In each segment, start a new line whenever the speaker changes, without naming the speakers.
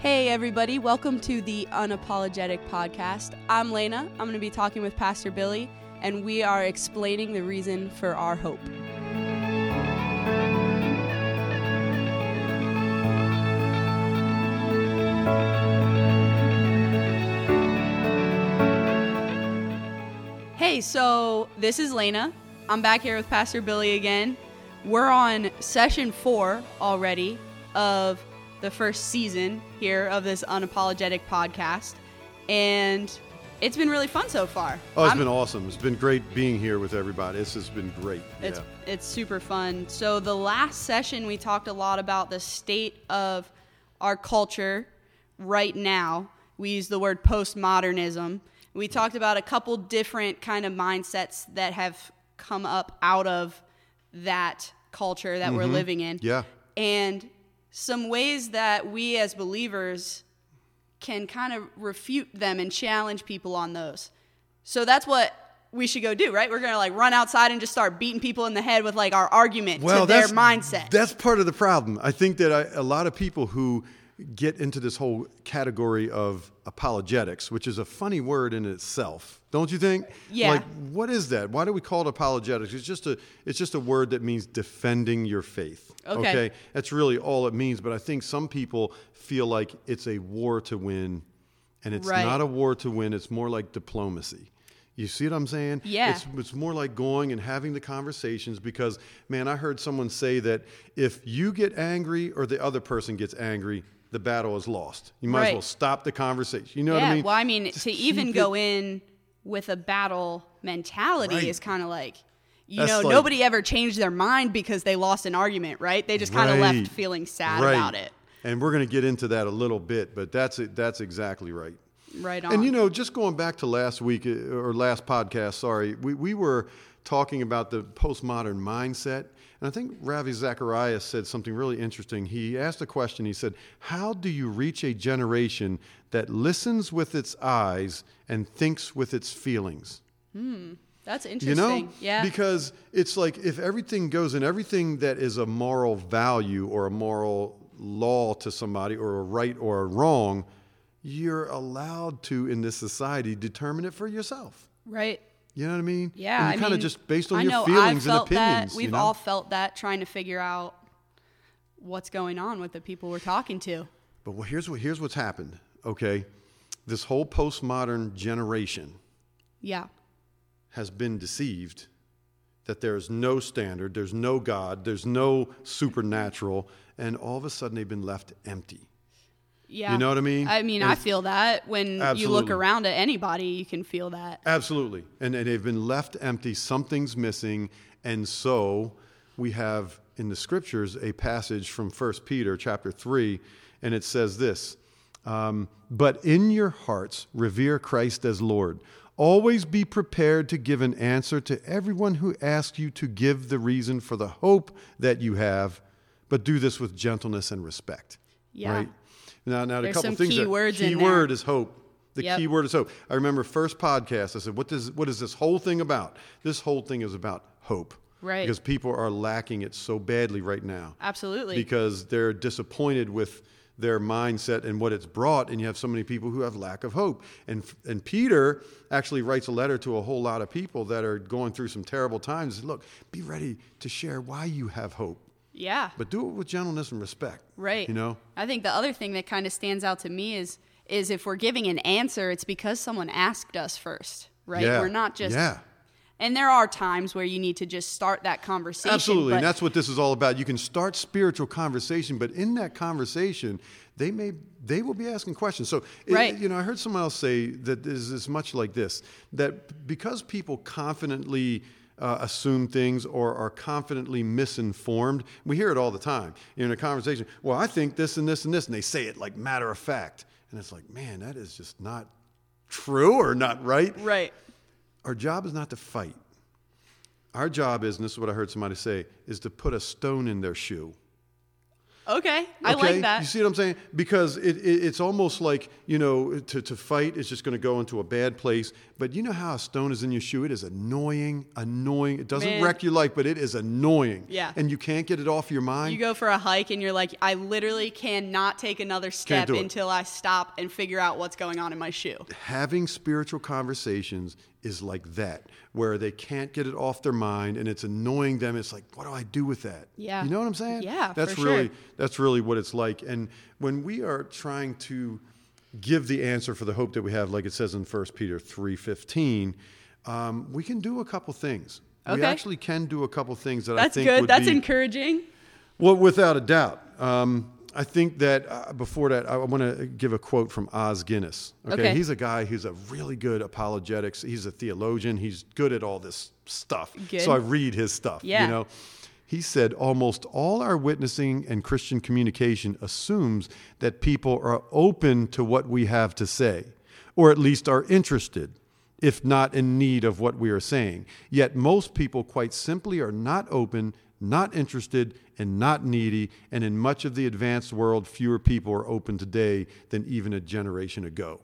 Hey, everybody, welcome to the Unapologetic Podcast. I'm Lena. I'm going to be talking with Pastor Billy, and we are explaining the reason for our hope. Hey, so this is Lena. I'm back here with Pastor Billy again. We're on session four already of the first season here of this unapologetic podcast, and it's been really fun so far.
Oh, it's
I'm-
been awesome. It's been great being here with everybody. This has been great.
It's
yeah.
it's super fun. So the last session we talked a lot about the state of our culture right now. We used the word postmodernism. We
Mm.
talked about a couple different kind of mindsets that have come up out of that culture that we're living in.
Mm-hmm. Yeah.
And some ways that we as believers can kind of refute them and challenge people on those. So that's what we should go do, right? We're gonna like run outside and just start beating people in the head with like our argument to their mindset.
That's part of the problem. I think that I, a lot of people who get into this whole category of apologetics, which is a funny word in itself, don't you think?
Yeah.
Like, what is that? Why do we call it apologetics? It's just a it's just a word that means defending your faith.
Okay.
That's really all it means. But I think some people feel like it's a war to win, and it's
Right.
not a war to win. It's more like diplomacy. You see what I'm saying?
Yeah.
It's it's more like going and having the conversations because man i heard someone say that if you get angry or the other person gets angry the battle is lost you might as
Right.
well stop the conversation you know
yeah.
what i mean
well, I mean, to
keep
even
it-
go in with a battle mentality
Right.
is kind of like. You
That's
know,
like-
nobody ever changed their mind because they lost an argument, right? They just kind of
Right.
left feeling sad
Right.
about it.
and we're going to get into that a little bit but that's it that's exactly right
Right on.
And you know, just going back to last week uh, or last podcast, sorry, we, we were talking about the postmodern mindset. And I think Ravi Zacharias said something really interesting. He asked a question. He said, How do you reach a generation that listens with its eyes and thinks with its feelings?
That's
You
interesting.
know?
yeah.
Because it's like if everything goes in, everything that is a moral value or a moral law to somebody or a right or a wrong, you're allowed to, in this society, determine it for yourself.
right.
You know what I mean?
Yeah,
And you
I
kind
mean,
of just based on
I
your
know,
feelings
I've
and
felt That.
opinions. you
We've
know?
all felt that trying to figure out what's going on with the people we're talking to.
But well, here's what here's what's happened. Okay, this whole postmodern generation
Yeah,
has been deceived that there is no standard, there's no God, there's no supernatural, and all of a sudden they've been left empty.
yeah.
You know what I mean?
I mean,
And
I feel that when you look
Absolutely.
around at anybody, you can feel that.
Absolutely. And, and they've been left empty. Something's missing. And so we have in the scriptures a passage from 1 Peter chapter 3, and it says this um, But in your hearts revere Christ as Lord. Always be prepared to give an answer to everyone who asks you to give the reason for the hope that you have, but do this with gentleness and respect.
Yeah.
Right? Now, now, a
There's
couple
some
things
key
that-
words
key
in there.
word is hope. The
Yep.
key word is hope. I remember first podcast. I said, "What does what is this whole thing about?" This whole thing is about hope,
Right.
Because people are lacking it so badly right now,
Absolutely.
because they're disappointed with their mindset and what it's brought. And you have so many people who have lack of hope. And and Peter actually writes a letter to a whole lot of people that are going through some terrible times. He said, Look, be ready to share why you have hope,
yeah.
but do it with gentleness and respect.
Right.
You know.
I think the other thing that kind of stands out to me is is if we're giving an answer, it's because someone asked us first, right?
Yeah.
We're not just
yeah.
And there are times where you need to just start that conversation.
Absolutely,
but-
and that's what this is all about. You can start spiritual conversation, but in that conversation, they may they will be asking questions. So, it-
Right.
you know, I heard someone else say that this is much like this: that because people confidently uh, assume things or are confidently misinformed, we hear it all the time in a conversation. Well, I think this and this and this, and they say it like matter of fact, and it's like, man, that is just not true or not right
right.
our job is not to fight. Our job is, and this is what I heard somebody say, is to put a stone in their shoe.
Okay, I like that.
You see what I'm saying? Because it, it, it's almost like, you know, to, to fight is just going to go into a bad place. But you know how a stone is in your shoe? It is annoying, annoying. It doesn't
Man.
wreck your life, but it is annoying.
Yeah.
And you can't get it off your mind.
You go for a hike and you're like, I literally cannot take another step
do it.
until I stop and figure out what's going on in my shoe.
Having spiritual conversations is like that, where they can't get it off their mind and it's annoying them. It's like, what do I do with that?
Yeah.
You know what I'm saying?
Yeah,
That's
for
really
sure.
that's really what it's like. And when we are trying to give the answer for the hope that we have, like it says in 1 Peter 3.15, um, we can do a couple things. We
Okay.
actually can do a couple things that I
That's
think
good.
would
That's
be,
encouraging.
well, without a doubt. Um, I think that uh, before that, I want to give a quote from Oz Guinness. Okay?
Okay.
He's a guy who's a really good apologetics. He's a theologian. He's good at all this stuff.
Good.
So I read his stuff.
Yeah.
You know, he said almost all our witnessing and Christian communication assumes that people are open to what we have to say, or at least are interested, if not in need of what we are saying. Yet most people quite simply are not open, not interested, and not needy. And in much of the advanced world, fewer people are open today than even a generation ago.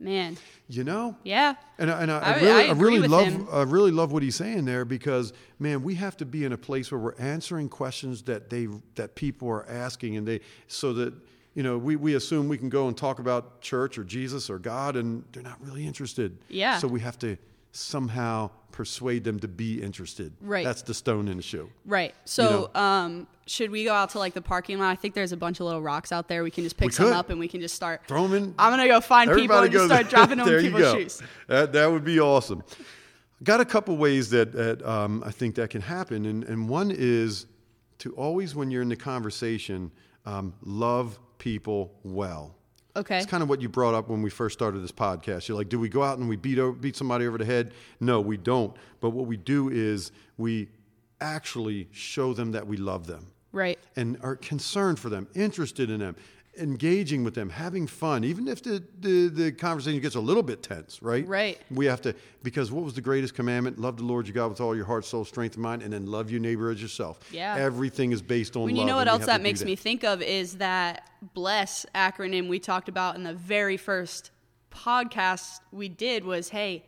Man,
You know?
yeah.
And I, and I, I
I-
really,
I
I
agree
really
with
love,
him.
I really love what he's saying there because, man, we have to be in a place where we're answering questions that they that people are asking, and they so that you know we, we assume we can go and talk about church or Jesus or God, and they're not really interested.
Yeah.
So we have to somehow persuade them to be interested.
Right.
That's the stone in the shoe.
Right. So, um, should we go out to like the parking lot? I think there's a bunch of little rocks out there. We can just pick some
could.
up and we can just start.
Throw 'em in.
I'm gonna go find people
Everybody
and just
goes-
start dropping them
there
in
you
people's
go.
shoes.
That, that would be awesome. Got a couple ways that, that um, I think that can happen. And, and one is to always, when you're in the conversation, um, love people well.
Okay.
It's kind of what you brought up when we first started this podcast. You're like, do we go out and we beat, over, beat somebody over the head? No, we don't. But what we do is we actually show them that we love them
right.
and are concerned for them, interested in them, engaging with them, having fun, even if the, the, the conversation gets a little bit tense, right?
Right.
We have to, because what was the greatest commandment? Love the Lord your God with all your heart, soul, strength, and mind, and then love your neighbor as yourself.
Yeah.
Everything is based on
When
love.
you know what
and
else
we have
that
to do
makes me think of is that bless acronym we talked about in the very first podcast we did was hey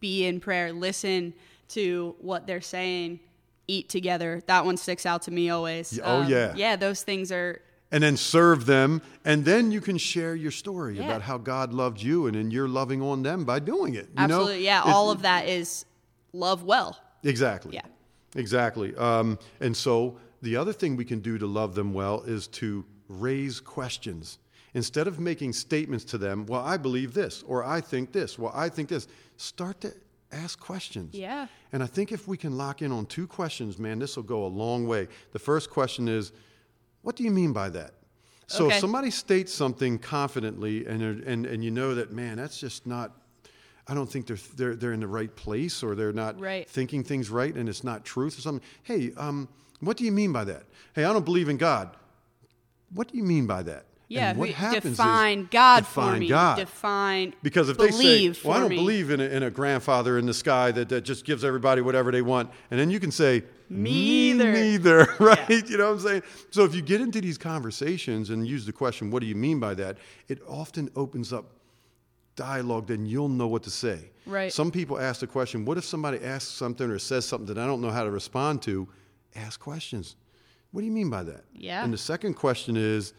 be in prayer listen to what they're saying eat together that one sticks out to me always Um,
oh, yeah.
yeah those things are
and then serve them, and then you can share your story
Yeah.
about how God loved you, and then you're loving on them by doing it. You
absolutely
know?
yeah
It-
all of that is love well
Exactly.
Yeah.
Exactly. Um, and so the other thing we can do to love them well is to raise questions. Instead of making statements to them, well, I believe this, or I think this, well, I think this, start to ask questions.
Yeah.
And I think if we can lock in on two questions, man, this will go a long way. The first question is, what do you mean by that? So
Okay.
if somebody states something confidently and, they're- and, and you know that, man, that's just not, I don't think they're, they're, they're in the right place or they're not
Right.
thinking things right and it's not truth or something. Hey, um, what do you mean by that? Hey, I don't believe in God. What do you mean by that?
yeah
and what
who-
happens is-
define god for
define
me
God.
define
because if they
believe
say, "Well, I
for
don't
me."
believe in a, in a grandfather in the sky that, that just gives everybody whatever they want," and then you can say,
Me
"Me
either."
neither," right? You know what I'm saying? So if you get into these conversations and use the question, "What do you mean by that?" It often opens up dialogue. Then you'll know what to say.
Right.
Some people ask the question, "What if somebody asks something or says something that I don't know how to respond to?" Ask questions. What do you mean by that?
Yeah.
And the second question is.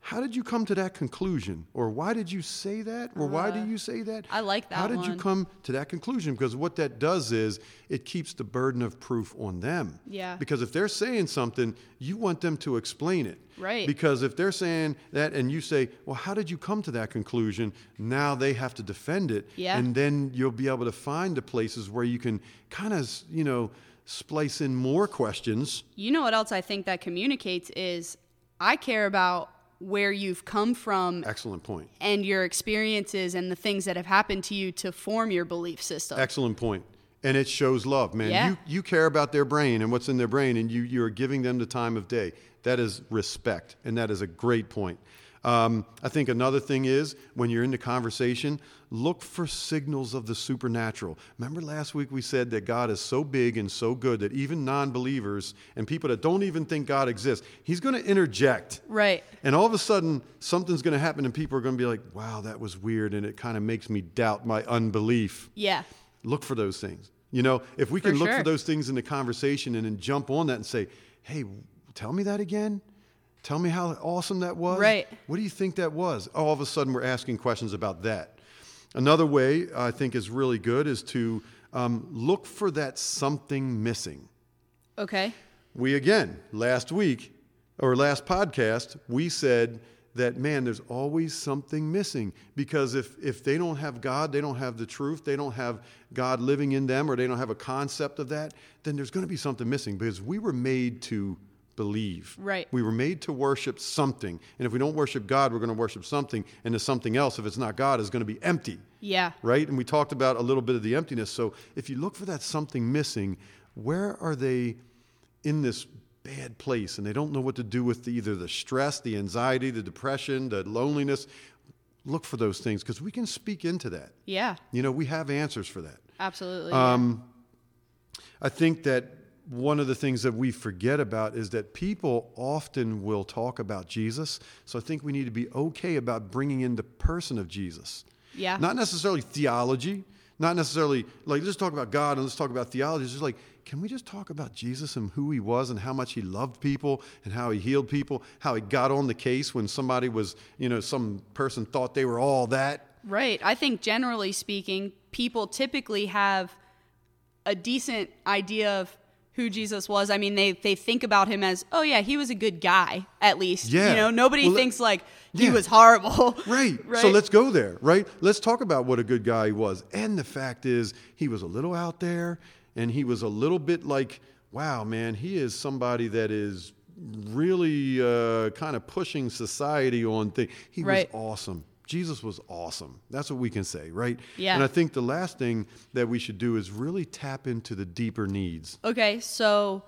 How did you come to that conclusion? Or why did you say that? Or why do you say that?
Uh, I like
How
that
did you
one.
come to that conclusion? Because what that does is it keeps the burden of proof on them.
Yeah.
Because if they're saying something, you want them to explain it.
Right.
Because if they're saying that and you say, well, how did you come to that conclusion? Now they have to defend it.
Yeah.
And then you'll be able to find the places where you can kind of, you know, splice in more questions.
You know what else I think that communicates is I care about where you've come from
Excellent point.
and your experiences and the things that have happened to you to form your belief system.
Excellent point. And it shows love, man.
Yeah.
You you care about their brain and what's in their brain, and you you are giving them the time of day. That is respect, and that is a great point. Um, I think another thing is when you're in the conversation, look for signals of the supernatural. Remember last week we said that God is so big and so good that even non believers and people that don't even think God exists, He's going to interject.
Right.
And all of a sudden, something's going to happen and people are going to be like, wow, that was weird. And it kind of makes me doubt my unbelief.
Yeah.
Look for those things. You know, if we can look
sure.
for those things in the conversation and then jump on that and say, hey, tell me that again. Tell me how awesome that was.
Right.
What do you think that was? Oh, All of a sudden, we're asking questions about that. Another way I think is really good is to um, look for that something missing.
Okay.
We again, last week or last podcast, we said that man, there's always something missing because if if they don't have God, they don't have the truth, they don't have God living in them, or they don't have a concept of that, then there's going to be something missing because we were made to believe.
Right.
We were made to worship something, and if we don't worship God, we're going to worship something, and the something else, if it's not God, is going to be empty
Yeah.
right? And we talked about a little bit of the emptiness. So if you look for that something missing, where are they in this bad place and they don't know what to do with the, either the stress, the anxiety, the depression, the loneliness? Look for those things because we can speak into that.
Yeah.
You know, we have answers for that.
Absolutely.
Uh, I think that one of the things that we forget about is that people often will talk about Jesus. So I think we need to be okay about bringing in the person of Jesus.
Yeah.
Not necessarily theology, not necessarily like let's talk about God and let's talk about theology. It's just like, can we just talk about Jesus and who he was and how much he loved people and how he healed people, how he got on the case when somebody was, you know, some person thought they were all that?
Right. I think generally speaking, people typically have a decent idea of who Jesus was. I mean, they they think about him as, "Oh yeah, he was a good guy at least."
Yeah.
You know, nobody
Well,
thinks like he
yeah.
was horrible.
Right.
right.
So let's go there, right? Let's talk about what a good guy he was. And the fact is, he was a little out there and he was a little bit like, wow, man, he is somebody that is really uh, kind of pushing society on things. He
Right.
was awesome. Jesus was awesome. That's what we can say, right?
Yeah.
And I think the last thing that we should do is really tap into the deeper needs.
Okay, so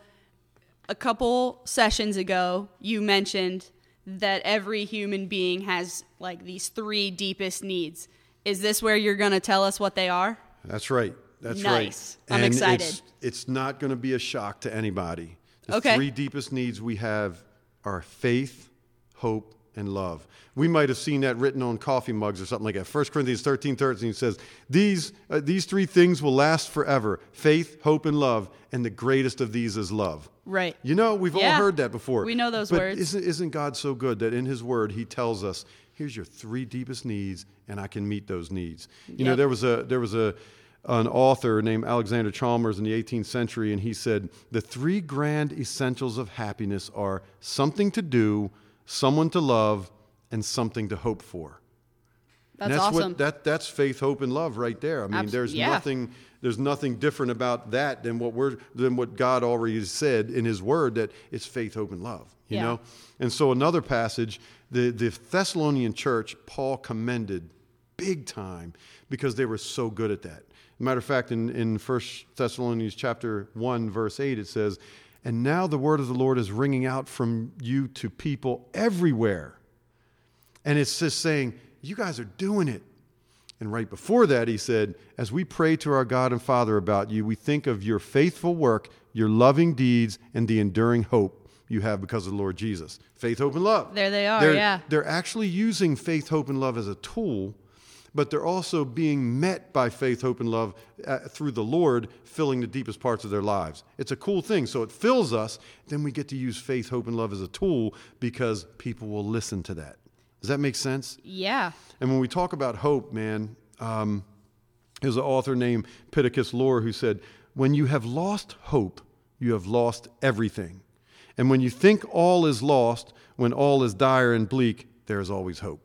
a couple sessions ago, you mentioned that every human being has like these three deepest needs. Is this where you're going to tell us what they are?
That's right. That's
Nice.
right.
I'm
And
excited.
It's, it's not going to be a shock to anybody. The
Okay.
three deepest needs we have are faith, hope, and love. We might have seen that written on coffee mugs or something like that. 1 Corinthians 13, 13 says, these, uh, these three things will last forever faith, hope, and love. And the greatest of these is love.
Right.
You know, we've all
Yeah.
heard that before.
We know those
but
words.
Isn't, isn't God so good that in His Word He tells us, "Here's your three deepest needs, and I can meet those needs." You know,
Yep.
there was a there was a an author named Alexander Chalmers in the 18th century, and he said the three grand essentials of happiness are something to do, someone to love, and something to hope for.
That's,
and that's
awesome.
What, that that's faith, hope, and love right there. I mean,
Abs-
there's
yeah.
nothing there's nothing different about that than what we're than what God already said in His Word that it's faith, hope, and love. You
Yeah.
know, and so another passage, the the Thessalonian church, Paul commended big time because they were so good at that. Matter of fact, in in First Thessalonians chapter one verse eight, it says, "And now the word of the Lord is ringing out from you to people everywhere." And it's just saying, you guys are doing it. And right before that, he said, As we pray to our God and Father about you, we think of your faithful work, your loving deeds, and the enduring hope you have because of the Lord Jesus. Faith, hope, and love.
There they are,
They're-
yeah.
They're actually using faith, hope, and love as a tool, but they're also being met by faith, hope, and love uh, through the Lord, filling the deepest parts of their lives. It's a cool thing. So it fills us. Then we get to use faith, hope, and love as a tool because people will listen to that. Does that make sense?
yeah.
And when we talk about hope, man, um, there's an author named Pittacus Lore who said, When you have lost hope, you have lost everything. And when you think all is lost, when all is dire and bleak, there is always hope.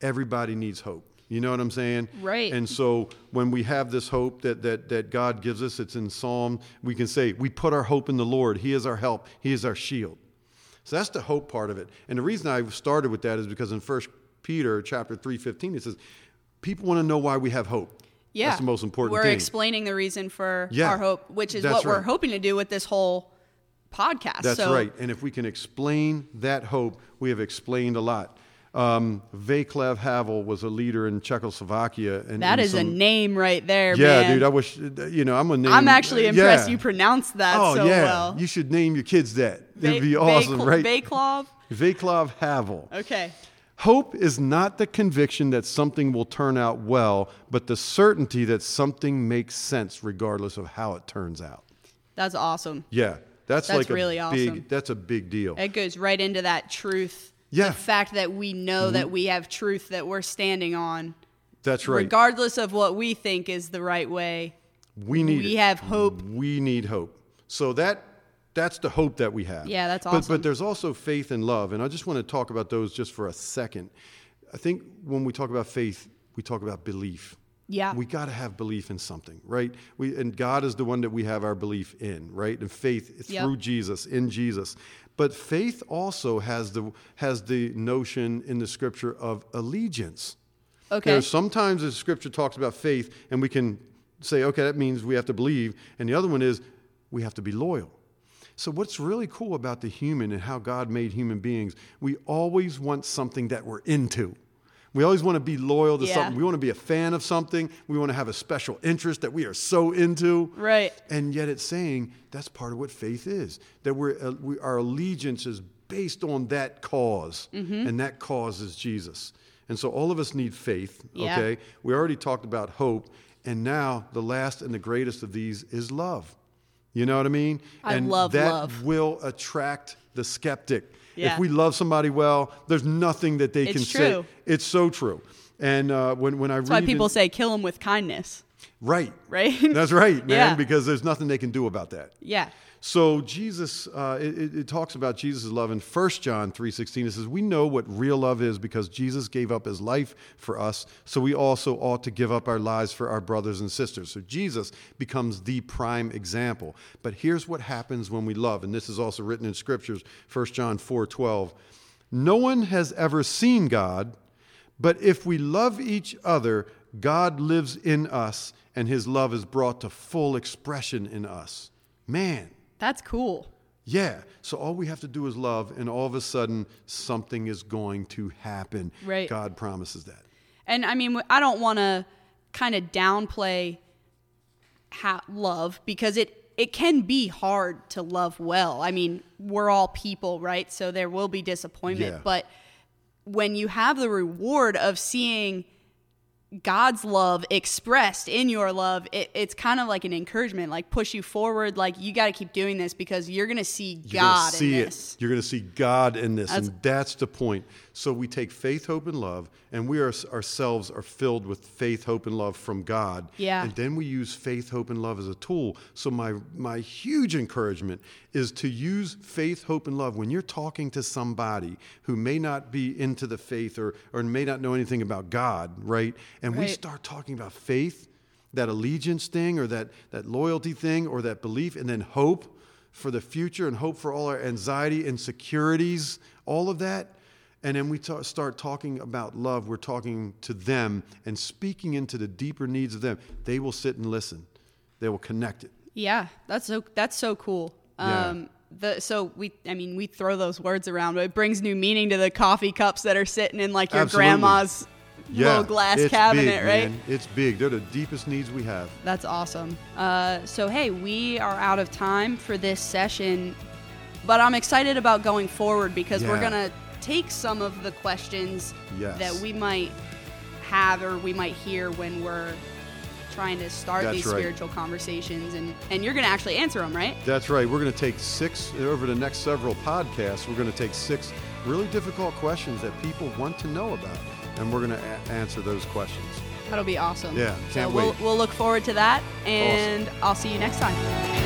Everybody needs hope. You know what I'm saying?
Right.
And so when we have this hope that, that, that God gives us, it's in Psalm, we can say, We put our hope in the Lord. He is our help, He is our shield. So that's the hope part of it. And the reason I started with that is because in 1 Peter chapter 3:15 it says people want to know why we have hope.
Yeah.
That's the most important
We're
thing.
explaining the reason for
Yeah.
our hope, which is
That's
what we're
right.
hoping to do with this whole podcast.
That's
so,
right. And if we can explain that hope, we have explained a lot. Um, Vaclav Havel was a leader in Czechoslovakia. And
That
and
is a
some-
name right there,
Yeah,
man.
dude. I wish uh, you know. I'm a name.
I'm actually
yeah.
impressed you pronounced that
oh
so
yeah,
well.
you should name your kids that.
Ba-
It'd be awesome,
Bacl-
right?
Baclov?
Vaclav Havel.
Okay.
Hope is not the conviction that something will turn out well, but the certainty that something makes sense regardless of how it turns out.
That's awesome.
Yeah, that's,
That's
like a
really awesome.
big. That's a big deal.
It goes right into that truth.
Yeah. Mm-hmm.
The fact that we know that we have truth that we're standing on,
That's right.
regardless of what we think is the right way.
we need.
we
it.
have hope.
We need hope. So that that's the hope that we have.
Yeah, that's
But,
awesome.
but there's also faith and love, and I just want to talk about those just for a second. I think when we talk about faith, we talk about belief.
Yeah.
We got to have belief in something, right? We and God is the one that we have our belief in, right? And faith
Yep.
through Jesus, in Jesus. But faith also has the has the notion in the scripture of allegiance.
Okay.
There's sometimes the scripture talks about faith, and we can say, okay, that means we have to believe. And the other one is we have to be loyal. So, what's really cool about the human and how God made human beings, we always want something that we're into. We always want to be loyal to
Yeah.
something. We want to be a fan of something. We want to have a special interest that we are so into.
Right.
And yet it's saying that's part of what faith is that we're, uh, we, our allegiance is based on that because
Mm-hmm.
and that cause is Jesus. And so all of us need faith,
Yeah.
okay? We already talked about hope, and now the last and the greatest of these is love. You know what I mean?
I
and
love
that
love.
will attract the skeptic.
Yeah.
If we love somebody well, there's nothing that they
It's
can
true.
say. It's so true. And uh, when, when I
That's why
read
people
in-
say kill him with kindness.
right,
Right?
that's right, man,
Yeah.
because there's nothing they can do about that.
Yeah.
So Jesus, uh, it, it- it talks about Jesus' love in 1 John 3.16. It says, we know what real love is because Jesus gave up his life for us, so we also ought to give up our lives for our brothers and sisters. So Jesus becomes the prime example. But here's what happens when we love, and this is also written in scriptures, 1 John 4.12. No one has ever seen God, but if we love each other, God lives in us, and his love is brought to full expression in us. Man,
That's cool.
yeah. So all we have to do is love, and all of a sudden, something is going to happen.
Right.
God promises that.
And I mean, I don't want to kind of downplay ha- love because it it can be hard to love well. I mean, we're all people, right? So there will be disappointment,
Yeah.
but when you have the reward of seeing God's love expressed in your love, it, it's kind of like an encouragement, like push you forward. Like you got to keep doing this because you're gonna see
You're gonna
God
see
in this.
it. You're going to see God in this,
That's-
and that's the point. So we take faith, hope, and love, and we are, ourselves are filled with faith, hope, and love from God.
Yeah.
And then we use faith, hope, and love as a tool. So my my huge encouragement is to use faith, hope, and love when you're talking to somebody who may not be into the faith or or may not know anything about God, right? And we
Right.
start talking about faith. That allegiance thing, or that, that loyalty thing, or that belief, and then hope, for the future and hope for all our anxiety, insecurities, all of that. And then we ta- start talking about love. We're talking to them and speaking into the deeper needs of them. They will sit and listen, they will connect it.
Yeah, that's so that's so cool.
Yeah.
Um the so we I mean we throw those words around, but it brings new meaning to the coffee cups that are sitting in like your
Absolutely.
grandma's little glass
it's
cabinet,
big,
right?
man. It's big. They're the deepest needs we have.
That's awesome. Uh, so hey, we are out of time for this session, but I'm excited about going forward because we're
Yeah.
gonna take some of the questions
Yes.
that we might have or we might hear when we're trying to start
That's
these
right.
spiritual conversations, and and you're gonna actually answer them, right?
That's right. We're going to take six over the next several podcasts. We're going to take six really difficult questions that people want to know about, and we're going to a- answer those questions.
That'll be awesome.
Yeah,
so
can't
we'll,
wait.
we'll look forward to that, and I'll see you next time.